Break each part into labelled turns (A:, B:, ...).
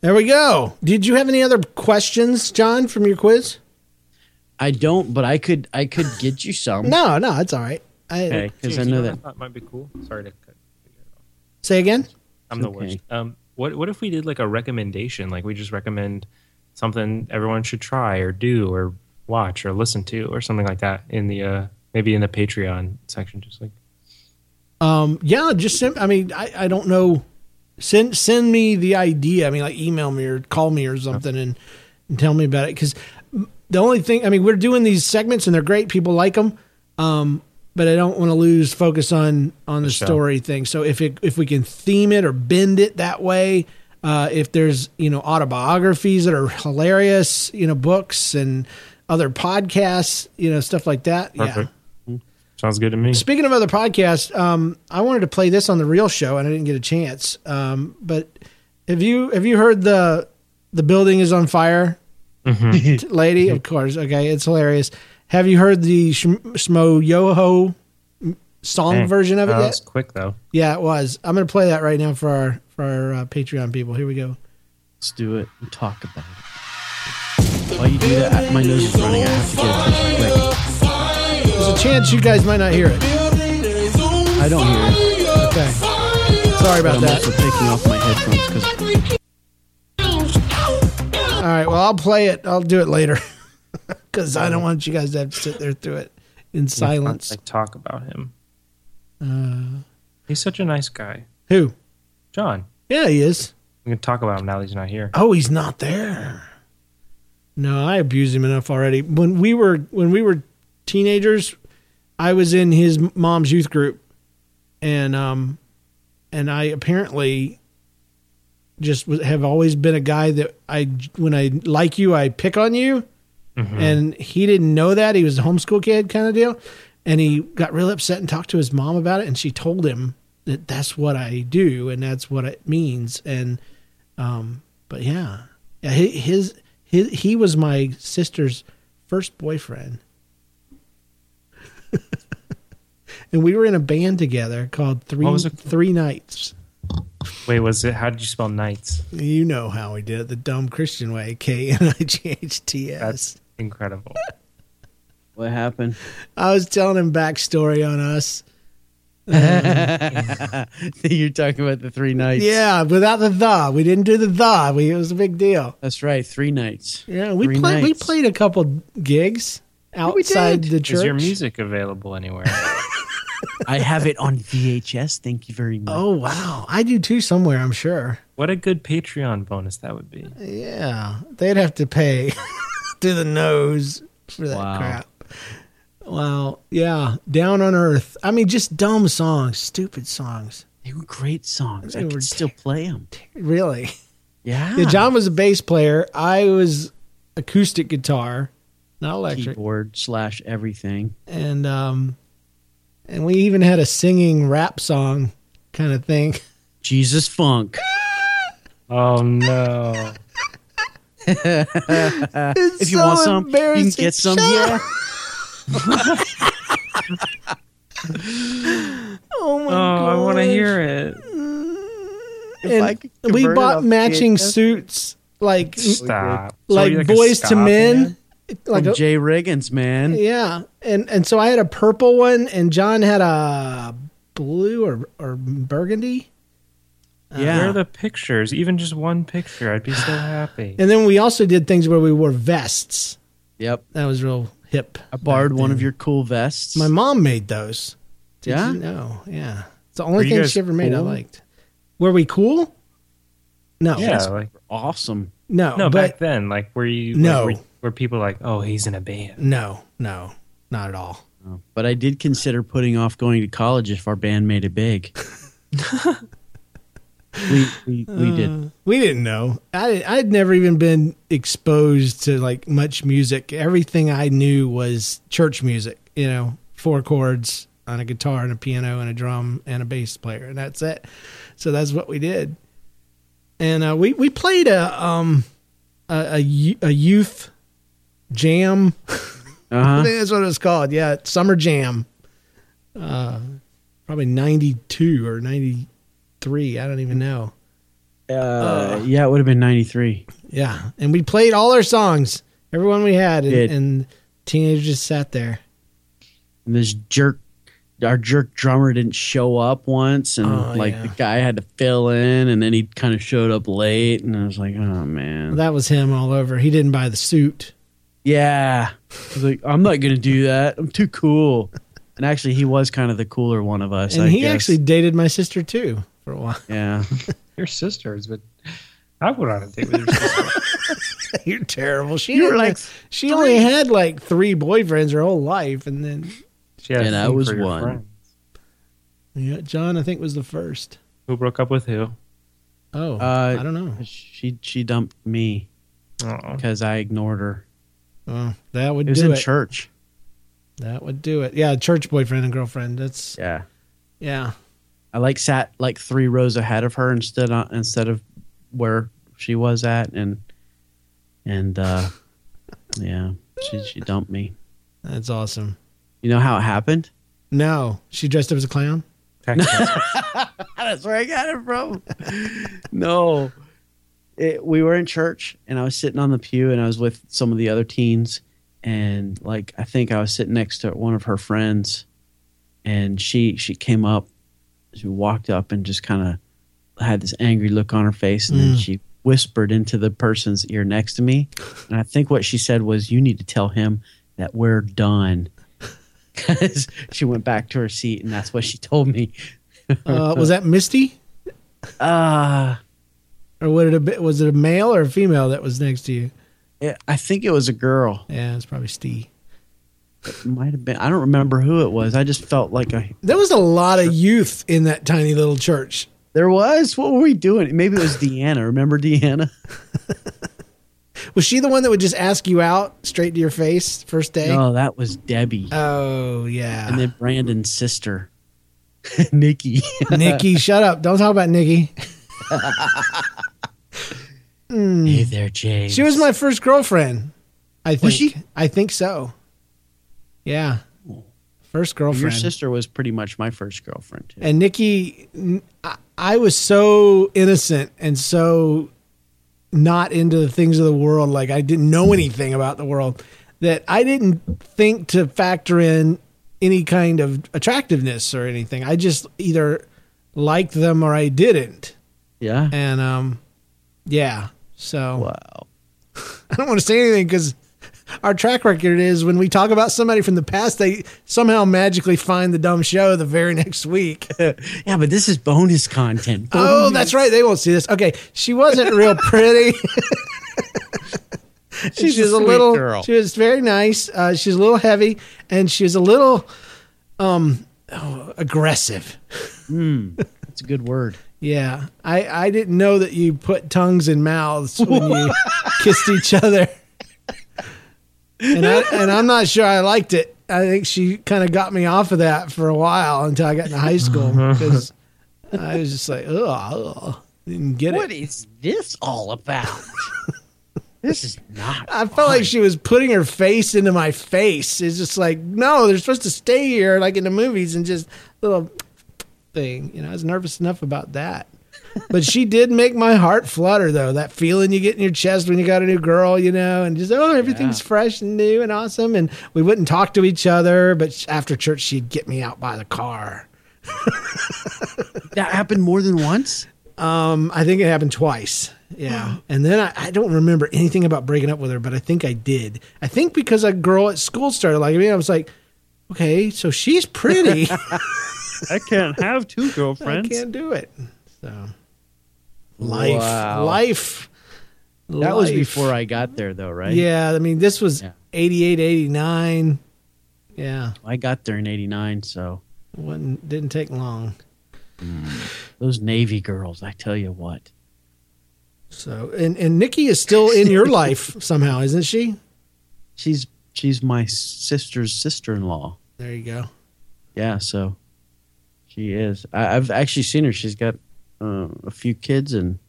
A: There we go. Did you have any other questions, John, from your quiz?
B: I don't, but I could I could get you some.
A: No, no, it's all right. I,
B: Okay, because I
C: James, you
B: know
C: what
B: that.
C: I thought might be cool. Sorry to cut.
A: Say again.
C: I'm
B: It's
C: the
B: okay.
C: worst. Um, what what if we did like a recommendation? Like we just recommend something everyone should try or do or watch or listen to or something like that in the uh, maybe in the Patreon section. Just like
A: Um, yeah, just send, I mean, I, I don't know. Send send me the idea. I mean, like email me or call me or something and, and tell me about it. Because the only thing, I mean, we're doing these segments and they're great. People like them. Um, but I don't want to lose focus on on the
C: show.
A: story thing. So if it if we can theme it or bend it that way, uh, if there's you know autobiographies that are hilarious, you know books and other podcasts, you know stuff like that. Yeah.
C: perfect. Sounds good to me.
A: Speaking of other podcasts, um, I wanted to play this on the Real Show, and I didn't get a chance. Um, but have you have you heard the the building is on fire, T-
C: Mm-hmm.
A: lady? Of course. Okay, it's hilarious. Have you heard the Shm- Smo Yoho m- song
C: Dang.
A: version of it
C: Uh,
A: yet?
C: That's quick though.
A: Yeah, it was. I'm going to play that right now for our for our uh, Patreon people. Here we go.
B: Let's do it and talk about it. While you do that, my nose is running. I have to get a tissue quick.
A: There's a chance you guys might not hear it.
B: I don't hear it,
A: Okay, sorry
B: but
A: about
B: I'm also
A: that.
B: taking off my headphones because
A: All right, well, I'll play it. I'll do it later because I don't want you guys to have to sit there through it in silence. Uh.
C: Like talk about him. he's such a nice guy,
A: Who?
C: John.
A: Yeah, he is.
C: We can talk about him now that he's not here.
A: Oh, he's not there. No, I abused him enough already. When we were when we were teenagers, I was in his mom's youth group, and um, and I apparently just was, have always been a guy that I when I like you, I pick on you,
C: Mm-hmm.
A: and he didn't know that he was a homeschool kid kind of deal, and he got real upset and talked to his mom about it, and she told him that that's what I do and that's what it means, and um, but yeah, yeah hi- his, his he was my sister's first boyfriend, and we were in a band together called Three
C: What was it?
A: Three Nights.
C: Wait, was it? How did you spell nights?
A: You know how we did it the dumb Christian way, K N I G H T S.
C: That's incredible.
B: what happened?
A: I was telling him backstory on us.
B: You're talking about the three nights.
A: Yeah, without the the, we didn't do the the. We, it was a big deal.
B: that's right, three nights.
A: Yeah, we
B: Three
A: played. We
B: nights.
A: played a couple gigs outside the church.
C: Is your music available anywhere?
B: I have it on VHS. Thank you very much.
A: Oh wow, I do too somewhere. I'm sure.
C: what a good Patreon bonus that would be.
A: Yeah, they'd have to pay to the nose for that
B: Wow.
A: crap. Wow. Yeah, down on earth. I mean, just dumb songs, stupid songs.
B: They were great songs. I
A: They were
B: could still play them.
A: Really.
B: Yeah.
A: Yeah, John was a bass player. I was acoustic guitar, not electric.
B: Keyboard slash everything.
A: And um, and we even had a singing rap song kind of thing.
B: Jesus Funk.
C: Oh no.
A: It's
B: If you
A: so
B: want some, you can
A: embarrassing.
B: get some.
A: Shut up.
B: Yeah.
A: Oh my
C: Oh, I want to hear it.
A: And
B: I could
A: we
B: convert it
A: bought
B: off
A: matching
B: VHS.
A: suits like
C: Stop.
A: like,
C: So you're a
A: boys to
C: ska
A: men
C: band?
A: like
B: From
A: a,
B: Jay Riggins, man.
A: yeah and and so i had a purple one and john had a blue or or burgundy
C: Where
B: yeah.
C: are the pictures? Even just one picture, I'd be so happy.
A: and then we also did things where we wore vests
B: yep.
A: that was real hip
B: I borrowed one of your cool vests.
A: my mom made those Did
B: yeah.
A: you know? yeah it's the
C: Were
A: only
C: you
A: thing
C: guys
A: she ever made i
B: cool?
A: liked were we cool no
C: yeah, like
B: Awesome.
A: no
C: no,
A: but
C: back then, like were you? like,
A: No.
C: were, were people like, oh, he's in a band?
A: no no not at all
B: Oh. But I did consider putting off going to college if our band made it big. we, we, we did.
A: We didn't know. I I'd never even been exposed to like much music. Everything I knew was church music. You know, four chords on a guitar and a piano and a drum and a bass player, and that's it. So that's what we did. And uh, we we played a um a a, y- a youth jam. I
B: Uh huh.
A: think that's what it was called. Yeah, summer jam. Uh, probably ninety two or ninety three. I don't even know.
B: Uh, yeah, it would have been 93.
A: Yeah, and we played all our songs, everyone we had, and,
B: Did.
A: and teenagers just sat there.
B: And this jerk, our jerk drummer didn't show up once. And
A: Oh,
B: like
A: yeah.
B: the guy had to fill in. And then he kind of showed up late. And I was like, oh, man.
A: That was him all over. He didn't buy the suit.
B: yeah. I was like, I'm not going to do that. I'm too cool. And actually, he was kind of the cooler one of us.
A: And
B: I
A: he
B: guess.
A: actually dated my sister too for a while.
B: Yeah.
C: Your sisters, but I would on a date with your sister.
A: You're terrible. She
B: You were
A: didn't-
B: like
A: she only had like three boyfriends her whole life, and then
C: She had a
B: And I
C: thing
B: was
C: for your
B: one.
C: friends.
A: yeah, John I think was the first.
C: Who broke up with who?
A: Oh,
B: Uh,
A: I don't know.
B: She she dumped me
C: Oh,
B: because I ignored her.
A: Oh, that would
B: It was
A: do
B: in
A: it.
B: church.
A: that would do it. Yeah, church boyfriend and girlfriend. That's
B: Yeah.
A: yeah.
B: I like sat like three rows ahead of her instead on, instead of where she was at and and uh yeah, she she dumped me.
A: That's awesome.
B: You know how it happened?
A: No, she dressed up as a clown.
C: text message.
B: That's where I got it from. no. It, we were in church and I was sitting on the pew and I was with some of the other teens and like I think I was sitting next to one of her friends and she she came up she walked up and just kind of had this angry look on her face and then
A: Mm.
B: she whispered into the person's ear next to me and I think what she said was you need to tell him that we're done cuz she went back to her seat and that's what she told me
A: Uh, was that Misty?
B: uh
A: Or would it have been, was it a male or a female that was next to you?
B: Yeah, I think it was a girl.
A: Yeah, it's probably Steve.
B: It might have been. I don't remember who it was. I just felt like I
A: There was a lot of youth in that tiny little church.
B: there was. What were we doing? Maybe it was Deanna. Remember Deanna?
A: Was she the one that would just ask you out straight to your face first day?
B: No, that was Debbie.
A: Oh yeah.
B: and then Brandon's sister, Nikki.
A: Nikki, shut up. Don't talk about Nikki.
B: Mm. hey there, James.
A: She was my first girlfriend. I think.
B: Was she?
A: I think so. Yeah. First girlfriend.
B: Your sister was pretty much my first girlfriend. Too.
A: and Nikki, n- I, I was so innocent and so not into the things of the world. Like I didn't know anything about the world that I didn't think to factor in any kind of attractiveness or anything. I just either liked them or I didn't.
B: Yeah.
A: And um, yeah. So
B: Wow.
A: I don't want to say anything because our track record is when we talk about somebody from the past, they somehow magically find the dumb show the very next week.
B: Yeah, but this is bonus content.
A: Oh, that's right. They won't see this. Okay, she wasn't real pretty.
B: She's
A: she
B: a
A: was a
B: sweet
A: little.
B: girl.
A: She was very nice. Uh, she was a little heavy, and she was a little um oh, aggressive.
B: That's a good word.
A: Yeah, I I didn't know that you put tongues in mouths when you kissed each other, and I, and I'm not sure I liked it. I think she kind of got me off of that for a while until I got into high school because I was just like, ugh, ugh, didn't get it.
B: is this all about? this is not.
A: I felt like she was putting her face into my face. It's just like, no, they're supposed to stay here, like in the movies, and just little thing. You know, I was nervous enough about that. But she did make my heart flutter, though. That feeling you get in your chest when you got a new girl, you know, and just, oh, everything's
B: Yeah.
A: fresh and new and awesome. And we wouldn't talk to each other, but sh- after church, she'd get me out by the car.
B: That happened more than once.
A: Um, I think it happened twice. Yeah. and then I, I don't remember anything about breaking up with her, but I think I did. I think because a girl at school started liking me, I was like, okay, so she's pretty.
B: I can't have two
A: I
B: girlfriends.
A: can't do it. So life,
B: Wow.
A: life.
B: That was before I got there, though, right?
A: Yeah. I mean, this was
B: Yeah.
A: eighty eight, eighty nine. 88, 89. Yeah.
B: I got there in '89, so
A: Wasn't, didn't take long.
B: those Navy girls, I tell you what.
A: So, and, and Nikki is still in your life somehow, isn't she?
B: She's she's my sister's sister-in-law.
A: There you go.
B: Yeah, so she is. I, I've actually seen her. She's got uh, a few kids and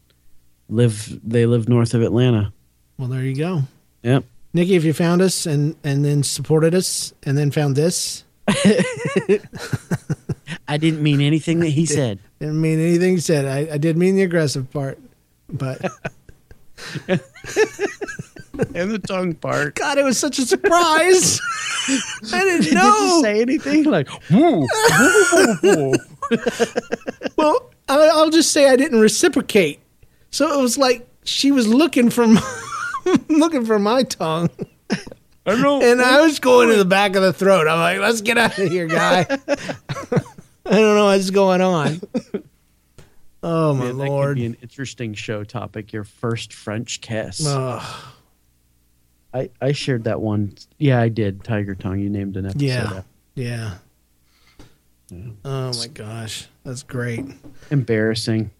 B: live. They live north of Atlanta.
A: Well, there you go.
B: Yep.
A: Nikki, if you found us and and then supported us and then found this,
B: I didn't mean anything that he said.
A: didn't mean anything you said. I, I did mean the aggressive part. But
B: and the tongue part.
A: God, it was such a surprise. I didn't
B: Did you
A: know.
B: say anything? Oh Like,
C: Woo!
A: well, I, I'll just say I didn't reciprocate. So it was like she was looking for my, looking for my tongue,
C: I don't know.
A: and I was going to the back of the throat. I'm like, let's get out of here, guy. I don't know what's going on. Oh my
B: man, that could
A: lord!
B: be an interesting show topic. Your first French kiss.
A: Ugh.
B: I, I shared that one. Yeah, I did. Tiger Tongue. You named an episode.
A: yeah,
B: after-
A: yeah. Oh my gosh, that's great.
B: Embarrassing.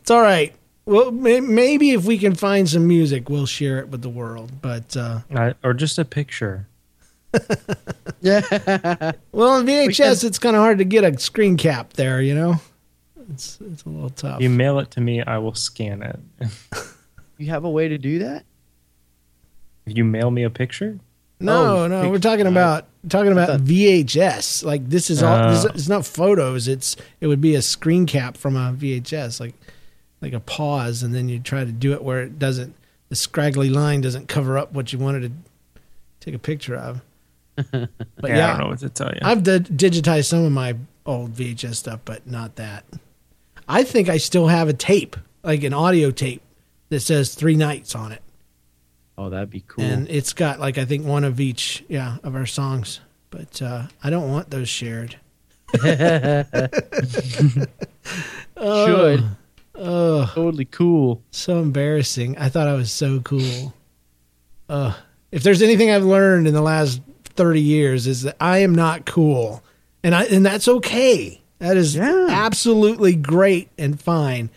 A: It's all right. Well, may- maybe if we can find some music, we'll share it with the world. But uh,
C: I- or just a picture.
B: Yeah.
A: well, on VHS, it's kind of hard to get a screen cap there. You know, it's it's a little tough.
C: You mail it to me, I will scan it.
B: You have a way to do that?
C: If you mail me a picture,
A: no,
B: oh,
A: no,
B: picture-
A: we're talking about talking about
B: thought-
A: VHS. Like this is all.
C: Oh.
A: this, it's not photos. It's it would be a screen cap from a VHS, like like a pause, and then you try to do it where it doesn't. The scraggly line doesn't cover up what you wanted to take a picture of. But
C: yeah,
A: yeah,
C: I don't know what to tell you.
A: I've di- digitized some of my old VHS stuff, but not that. I think I still have a tape, like an audio tape, that says three nights on it,
B: Oh, that'd be cool.
A: and it's got like I think one of each, yeah, of our songs. But uh, I don't want those shared.
B: Should.
A: Oh,
B: Totally cool.
A: so embarrassing! I thought I was so cool. Ugh. if there's anything I've learned in the last thirty years is that I am not cool, and I and that's okay. That is
B: Yeah.
A: absolutely great and fine.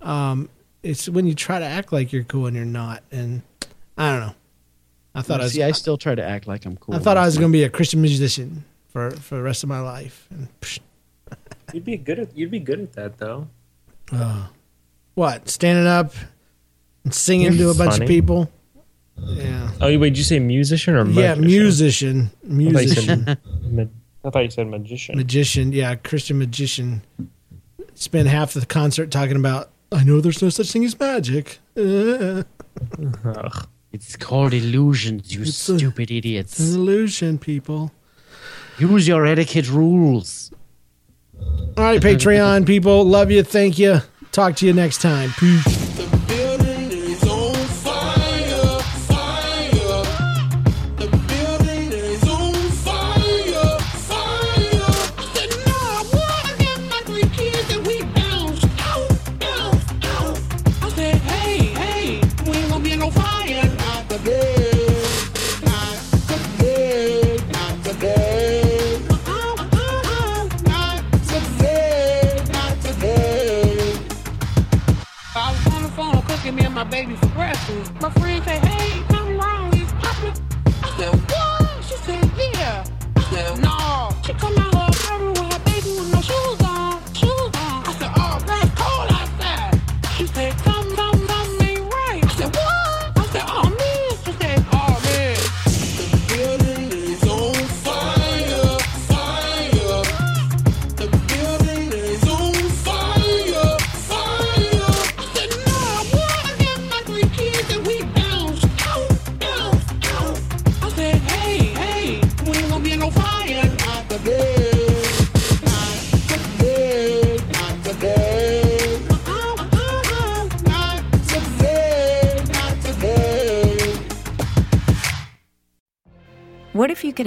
A: Um, it's when you try to act like you're cool and you're not, and I don't know. I thought I was
B: See, I still try to act like I'm cool.
A: I thought I was going to be a Christian musician for for the rest of my life. And psh,
C: you'd be good at you'd be good at that though.
A: what standing up and singing to
C: You're
A: a bunch of
C: funny.
A: people? Yeah.
C: Oh, wait, did you say musician or
A: Yeah,
C: magician?
A: musician, musician,
C: I thought you said, ma- I thought you said magician.
A: magician. Yeah, Christian magician. Spend half the concert talking about. I know there's no such thing as magic. Uh,
C: Ugh.
B: It's called illusions, you
A: It's a-
B: stupid
A: it's an
B: idiots.
A: illusion, people.
B: Use your etiquette rules.
A: All right, Patreon people, love you, thank you. Talk to you next time. Peace.
D: The building is on fire, fire. The building is on fire, fire.
E: I said, no, I want to have my three kids and we bounce, out, bounce, out.
D: I said, hey, hey, we ain't gonna be in no fire. Not today, not today, not today.
E: Oh, oh, oh.
D: Not today, not today.
E: I was on the phone cooking me and my baby for breakfast. My friend said, hey, something wrong, it's popping. I said, what? She said, yeah. I said, no. She come out of her bedroom with her baby with no shoes on, shoes on. I said, oh, girl, it's cold outside. She said, something, something, something ain't right. I said, what? I said, oh, man. She said, oh, man.
D: The building is on fire, fire. The building is on fire, fire.
E: I said, no, I want to have my three kids and we bounce, out, bounce, out.
D: I said, hey, hey, we ain't gonna be in no fire. Not today, not today, not today.
E: Oh, oh, oh.
D: Not today, not today.
F: What if you could